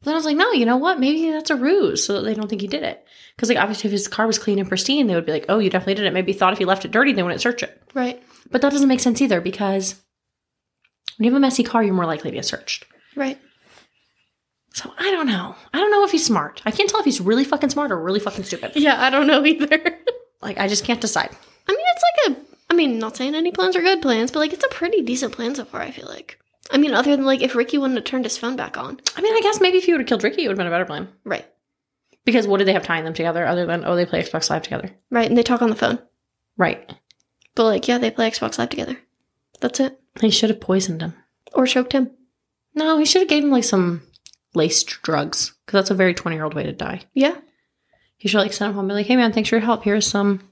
But then I was like, "No, you know what? Maybe that's a ruse so that they don't think he did it." Because like obviously, if his car was clean and pristine, they would be like, "Oh, you definitely did it." Maybe he thought if he left it dirty, they wouldn't search it. Right. But that doesn't make sense either because when you have a messy car, you're more likely to get searched. Right. So I don't know. I don't know if he's smart. I can't tell if he's really fucking smart or really fucking stupid. Yeah, I don't know either. I Like I just can't decide. mean, it's like a. I mean, not saying any plans are good plans, but like it's a pretty decent plan so far, I feel like. I mean, other than like if Ricky wouldn't have turned his phone back on. I mean, I guess maybe if he would have killed Ricky, it would have been a better plan. Right. Because what did they have tying them together other than oh they play Xbox Live together? Right. And they talk on the phone. Right. But like, yeah, they play Xbox Live together. That's it. He should have poisoned him. Or choked him. No, he should have gave him like some laced drugs because that's a very twenty year old way to die. Yeah. He should like send him home and be like, hey man, thanks for your help. Here's some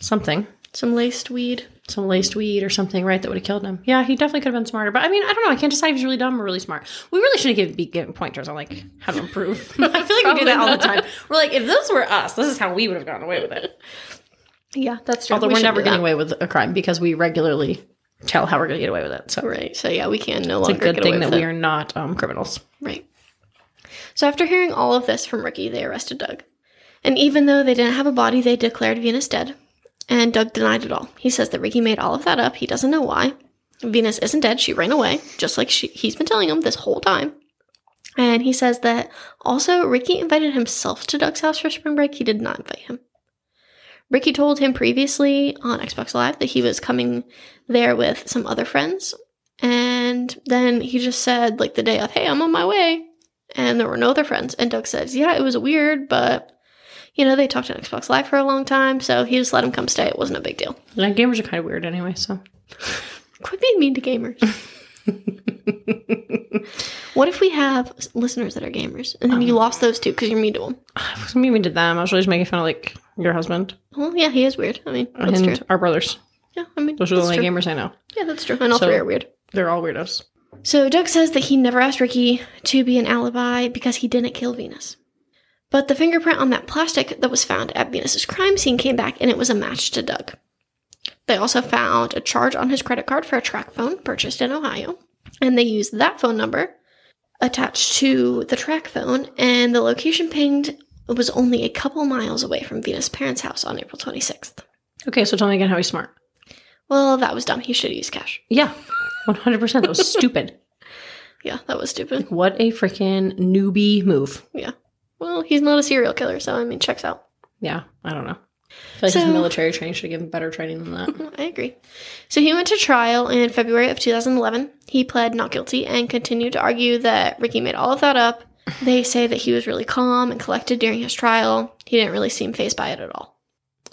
something. Some laced weed. some laced weed or something, right? That would have killed him. Yeah, he definitely could have been smarter. But I mean, I don't know. I can't decide if he's really dumb or really smart. We really shouldn't give be giving pointers on like how to improve. I feel like we do that all the time. We're like, if this were us, this is how we would have gotten away with it. Yeah, that's true. Although We we are should never do getting that. away with a crime because we regularly tell how we're going to get away with it. So Right. So yeah, we can no it's a longer good get thing away that with we it. are not um, criminals. Right. So after hearing all of this from Ricky, they arrested Doug. And even though they didn't have a body, they declared Venus dead. And Doug denied it all. He says that Ricky made all of that up. He doesn't know why. Venus isn't dead. She ran away, just like she, he's been telling him this whole time. And he says that also Ricky invited himself to Doug's house for spring break. He did not invite him. Ricky told him previously on Xbox Live that he was coming there with some other friends. And then he just said, like the day of, hey, I'm on my way. And there were no other friends. And Doug says, yeah, it was weird, but you know, they talked on Xbox Live for a long time. So he just let him come stay. It wasn't a big deal. Like, gamers are kind of weird anyway, so. Quit being mean to gamers. what if we have s- listeners that are gamers and then you Uh-huh. lost those two because you're mean to them? I was mean to them. I was really just making fun of, like, your husband Well, yeah, he is weird. I mean, that's and true. our brothers. Yeah, I mean, Those are the that's only true. gamers I know. Yeah, that's true. And all So- three are weird. They're all weirdos. So Doug says that he never asked Ricky to be an alibi because he didn't kill Venus. But the fingerprint on that plastic that was found at Venus's crime scene came back and it was a match to Doug. They also found a charge on his credit card for a track phone purchased in Ohio, and they used that phone number attached to the track phone and the location pinged was only a couple miles away from Venus' parents' house on April 26th. Okay, so tell me again how he's smart. Well, that was dumb. He should have used cash. Yeah, 100%. That was stupid. Yeah, that was stupid. What a freaking newbie move. Well, he's not a serial killer, so I mean, checks out. Yeah, I don't know. I feel like his So- military training should give him better training than that. I agree. So he went to trial in February of 2011. He pled not guilty and continued to argue that Ricky made all of that up. They say that he was really calm and collected during his trial. He didn't really seem phased by it at all.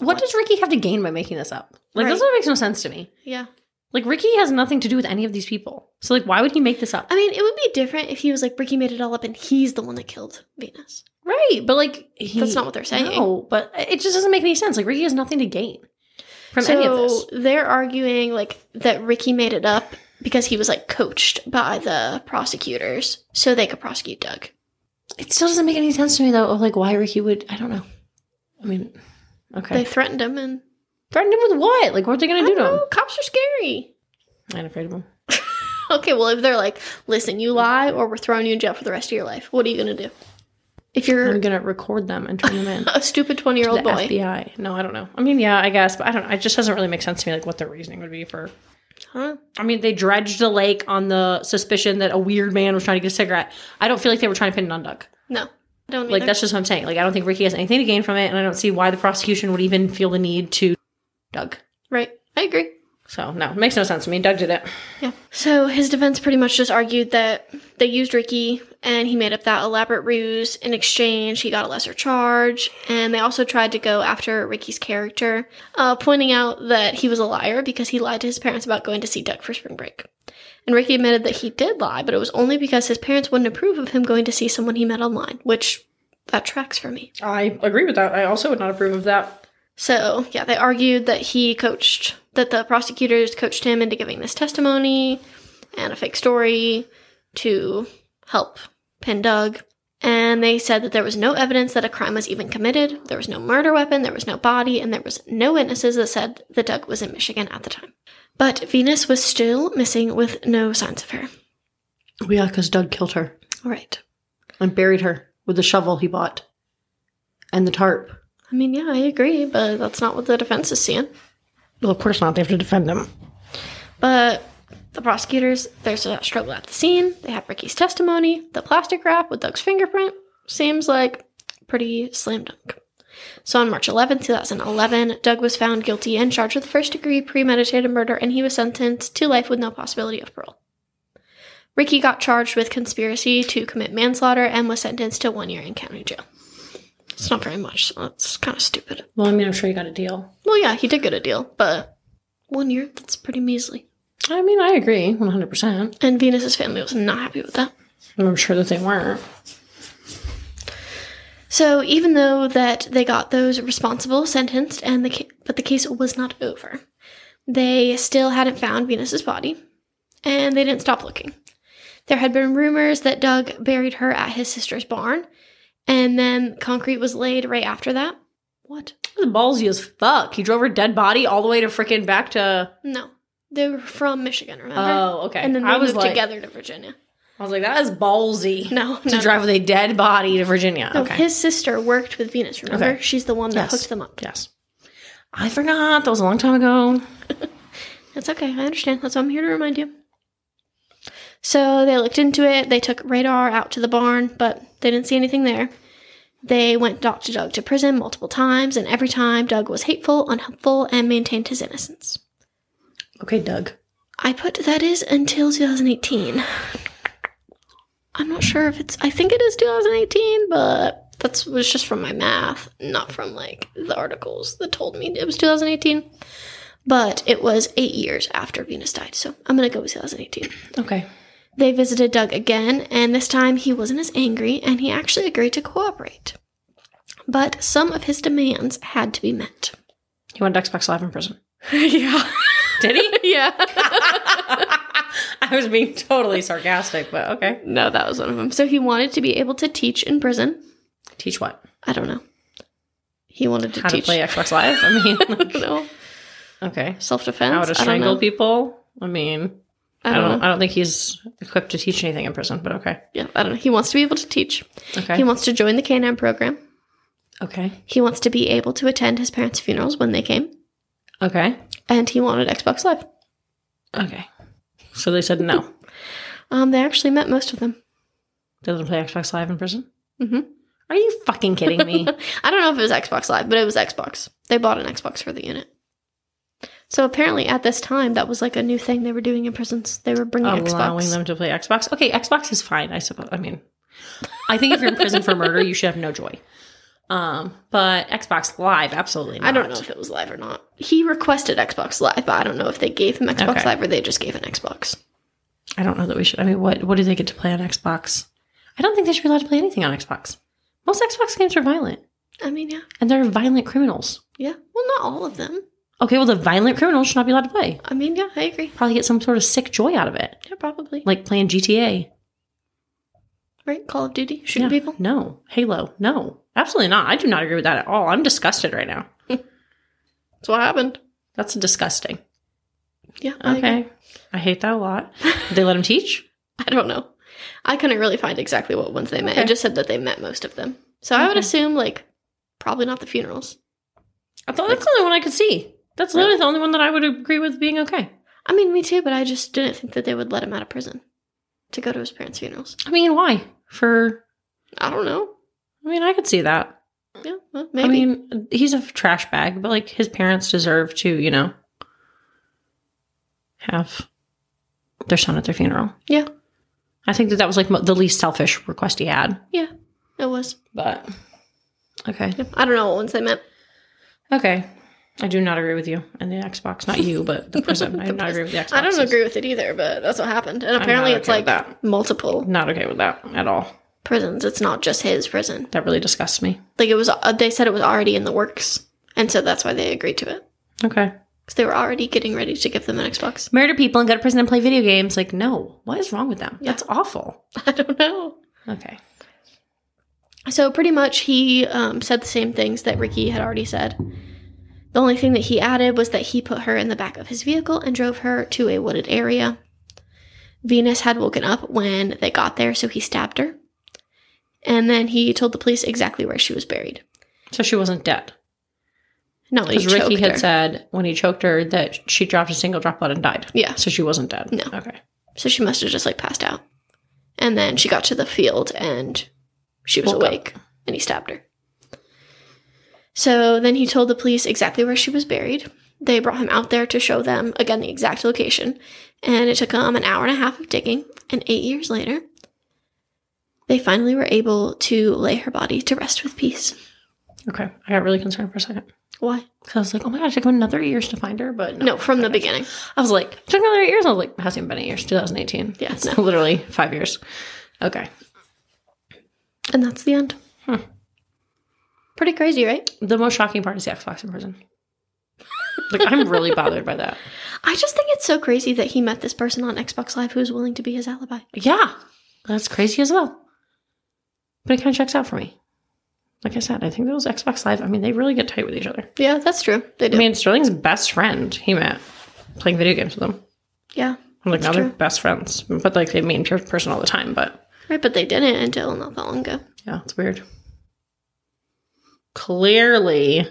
What does Ricky have to gain by making this up? Like, Right. that's what makes no sense to me. Yeah. Like, Ricky has nothing to do with any of these people. So, like, why would he make this up? I mean, it would be different if he was like, Ricky made it all up and he's the one that killed Venus. Right, but like, he, That's not what they're saying. No, but it just doesn't make any sense. Like, Ricky has nothing to gain from any of this. they're arguing like that Ricky made it up because he was like coached by the prosecutors so they could prosecute Doug. It still doesn't make any sense to me, though, of like why Ricky would. I don't know. I mean, okay. They threatened him and threatened him with what? Like, what are they I gonna do don't to him? know, cops are scary. I ain't afraid of him. Okay, well, if they're like, listen, you lie or we're throwing you in jail for the rest of your life, what are you going to do? If you're I'm gonna record them and turn them in. a stupid 20 year The old boy, FBI. No, I don't know. I mean, yeah, I guess, but I don't. It just doesn't really make sense to me, like what their reasoning would be for. huh? I mean, they dredged the lake on the suspicion that a weird man was trying to get a cigarette. I don't feel like they were trying to pin it on Doug. No, I don't Like either. that's just what I'm saying. Like I don't think Ricky has anything to gain from it, and I don't see why the prosecution would even feel the need to Doug. right. I agree. So no, it makes no sense to me. Doug did it. Yeah. So his defense pretty much just argued that they used Ricky and he made up that elaborate ruse. In exchange, he got a lesser charge. And they also tried to go after Ricky's character, uh, pointing out that he was a liar because he lied to his parents about going to see Doug for spring break. And Ricky admitted that he did lie, but it was only because his parents wouldn't approve of him going to see someone he met online, which that tracks for me. I agree with that. I also would not approve of that. So, yeah, they argued that he coached, that the prosecutors coached him into giving this testimony and a fake story to help pin Doug. And they said that there was no evidence that a crime was even committed. There was no murder weapon, there was no body, and there was no witnesses that said that Doug was in Michigan at the time. But Venus was still missing with no signs of her. Yeah, because Doug killed her All right. and buried her with the shovel he bought and the tarp. I mean, yeah, I agree, but that's not what the defense is seeing. Well, of course not. They have to defend him. But the prosecutors, there's a struggle at the scene. They have Ricky's testimony, the plastic wrap with Doug's fingerprint. Seems like pretty slam dunk. So on March 11, 2011, Doug was found guilty and charged with first degree premeditated murder, and he was sentenced to life with no possibility of parole. Ricky got charged with conspiracy to commit manslaughter and was sentenced to one year in county jail. It's not very much, so that's kind of stupid. Well, I mean, I'm sure he got a deal. Well, yeah, he did get a deal, but one year, that's pretty measly. I mean, I agree 100%. And Venus's family was not happy with that. I'm sure that they weren't. So even though that they got those responsible sentenced and the ca- but the case was not over. They still hadn't found Venus's body and they didn't stop looking. There had been rumors that Doug buried her at his sister's barn and then concrete was laid right after that. What? He was ballsy as fuck. He drove her dead body all the way to freaking back to. No. They were from Michigan, remember? Oh, okay. And then they I was moved like, together to Virginia. I was like, that is ballsy. No, to no. drive with a dead body to Virginia. No, okay. his sister worked with Venus. Remember, Okay. she's the one that Yes. hooked them up. Yes. I forgot. That was a long time ago. That's okay. I understand. That's why I'm here to remind you. So they looked into it. They took radar out to the barn, but they didn't see anything there. They went Dr. Doug to prison multiple times, and every time Doug was hateful, unhelpful, and maintained his innocence. okay, Doug. I put that is until 2018. I'm not sure if it's. I think it is 2018, but that was just from my math, not from like the articles that told me it was 2018. But it was eight years after Venus died, so I'm gonna go with 2018. Okay. They visited Doug again, and this time he wasn't as angry and he actually agreed to cooperate. But some of his demands had to be met. He went to Xbox Live in prison. yeah. Did he? Yeah. I was being totally sarcastic, but okay. no, that was one of them. So he wanted to be able to teach in prison. Teach what? I don't know. He wanted to How teach. to play Xbox Live? I mean, I don't know. okay. Self defense. How to strangle people. people? I mean, I don't, know. I don't think he's equipped to teach anything in prison, but okay. Yeah, I don't know. He wants to be able to teach. Okay. He wants to join the K9 program. okay. He wants to be able to attend his parents' funerals when they came. Okay. And he wanted Xbox Live. Okay. So they said no. Um, they actually met most of them. Doesn't play Xbox Live in prison? Mhm. Are you fucking kidding me? I don't know if it was Xbox Live, but it was Xbox. They bought an Xbox for the unit. So apparently, at this time, that was like a new thing they were doing in prisons. They were bringing Allowing Xbox. them to play Xbox? Okay, Xbox is fine, I suppose. I mean, I think if you're in prison for murder, you should have no joy. Um, but Xbox Live, absolutely not. I don't know if it was live or not. He requested Xbox Live, but I don't know if they gave him Xbox Okay. Live or they just gave an Xbox. I don't know that we should. I mean, what what do they get to play on Xbox? I don't think they should be allowed to play anything on Xbox. Most Xbox games are violent, I mean, yeah, and they're violent criminals. yeah. Well, not all of them. Okay, well, the violent criminals should not be allowed to play. I mean, yeah, I agree. Probably get some sort of sick joy out of it, Yeah, probably. like playing GTA. Right? Call of Duty, shooting Yeah. people. No, Halo. No, absolutely not. I do not agree with that at all. I'm disgusted right now. That's what happened. That's disgusting. Yeah. I agree. Okay, I hate that a lot. Did they let him teach? I don't know. I couldn't really find exactly what ones they met. Okay. It just said that they met most of them. So I would assume like probably not the funerals. I thought that's the only one I could see. That's literally the only one that I would agree with being okay. I mean, me too, but I just didn't think that they would let him out of prison to go to his parents' funerals. I mean, why? For I don't know. I mean, I could see that. Yeah, well, maybe. I mean, he's a trash bag, but like his parents deserve to, you know, have their son at their funeral. yeah, I think that that was like mo- the least selfish request he had. yeah, it was. But okay, Yeah, I don't know what ones they met. okay, I do not agree with you and the Xbox. Not you, but the prison. I do not agree with the Xbox. I don't agree with it either, but that's what happened. And apparently, not it's okay like with that. multiple Not okay with that at all. prisons. It's not just his prison. That really disgusts me. Like it was, uh, they said it was already in the works, and so that's why they agreed to it Okay, because they were already getting ready to give them an Xbox. murder people and go to prison and play video games. Like, no, what is wrong with them? Yeah. That's awful. I don't know. Okay, So pretty much, he um, said the same things that Ricky had already said. The only thing that he added was that he put her in the back of his vehicle and drove her to a wooded area. Venus had woken up when they got there, so he stabbed her. And then he told the police exactly where she was buried. so she wasn't dead. No, he Because choked Ricky her. had said when he choked her that she dropped a single droplet and died. Yeah. So she wasn't dead. No. Okay. So she must have just like passed out. And then she got to the field and she was Woke up. awake and he stabbed her. So then he told the police exactly where she was buried. They brought him out there to show them again the exact location. And it took them an hour and a half of digging. And eight years later, they finally were able to lay her body to rest with peace. Okay. I got really concerned for a second. Why? Because I was like, oh my God, it took him another eight years to find her. But no. No, from the beginning. I was like, it took another eight years. I was like, it hasn't even been eight years. 2018. Yeah, It's literally five years. Okay. And that's the end. Hmm. Pretty crazy, right? The most shocking part is the Xbox in prison. like, I'm really bothered by that. I just think it's so crazy that he met this person on Xbox Live who was willing to be his alibi. Yeah. That's crazy as well. But it kind of checks out for me. Like I said, I think those Xbox Live, I mean, they really get tight with each other. Yeah, that's true. They do. I mean, Sterling's best friend he met playing video games with him. yeah. Like now they're best friends, but like they meet in per- person all the time. But Right, but they didn't until not that long ago. yeah, it's weird. Clearly,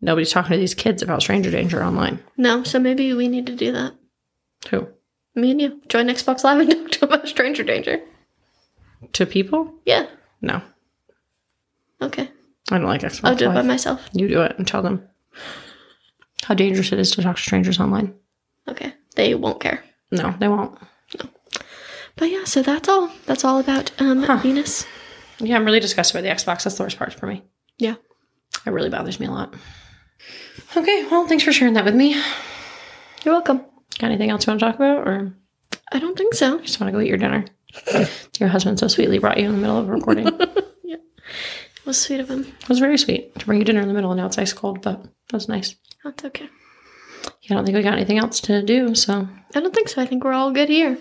nobody's talking to these kids about stranger danger online. No, so maybe we need to do that. Who Me and you join Xbox Live and talk to about Stranger Danger. to people? Yeah. No, Okay. I don't like Xbox. I'll do it by Live. myself. You do it and tell them how dangerous it is to talk to strangers online. Okay. They won't care. No, they won't. But yeah, so that's all. That's all about um, Venus. Yeah, I'm really disgusted by the Xbox. That's the worst part for me. Yeah. It really bothers me a lot. Okay, well, thanks for sharing that with me. You're welcome. Got anything else you want to talk about, or I don't think so. just want to go eat your dinner? your husband so sweetly brought you in the middle of a recording. it It was sweet of him. was very sweet to bring you dinner in the middle, and now it's ice cold, but that was nice. That's okay. Yeah, I don't think we got anything else to do, so I don't think so. I think we're all good here.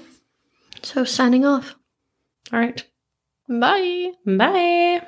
So signing off. all right. Bye. Bye.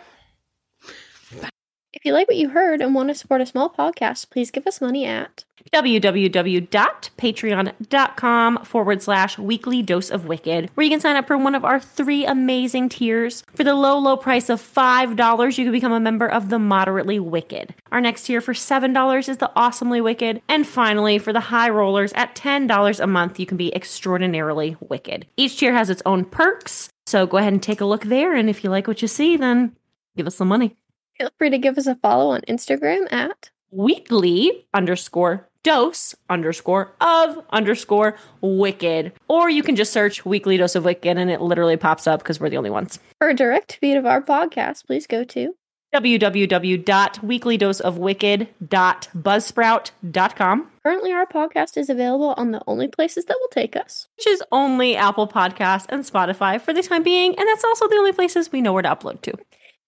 If you like what you heard and want to support a small podcast, please give us money at www.patreon.com forward slash weekly dose of wicked, where you can sign up for one of our three amazing tiers. For the low, low price of $5, you can become a member of the moderately wicked. Our next tier for $7 is the awesomely wicked. And finally, for the high rollers at $10 a month, you can be extraordinarily wicked. Each tier has its own perks. So go ahead and take a look there. And if you like what you see, then give us some money. Feel free to give us a follow on Instagram at weekly underscore dose underscore of underscore wicked. Or you can just search weekly dose of wicked and it literally pops up because we're the only ones. for a direct feed of our podcast, please go to www.weeklydoseofwicked.buzzsprout.com, currently our podcast is available on the only places that will take us. which is only Apple Podcasts and Spotify for the time being. And that's also the only places we know where to upload to.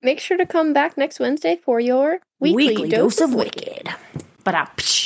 Make sure to come back next Wednesday for your weekly, dose, of wicked. But out.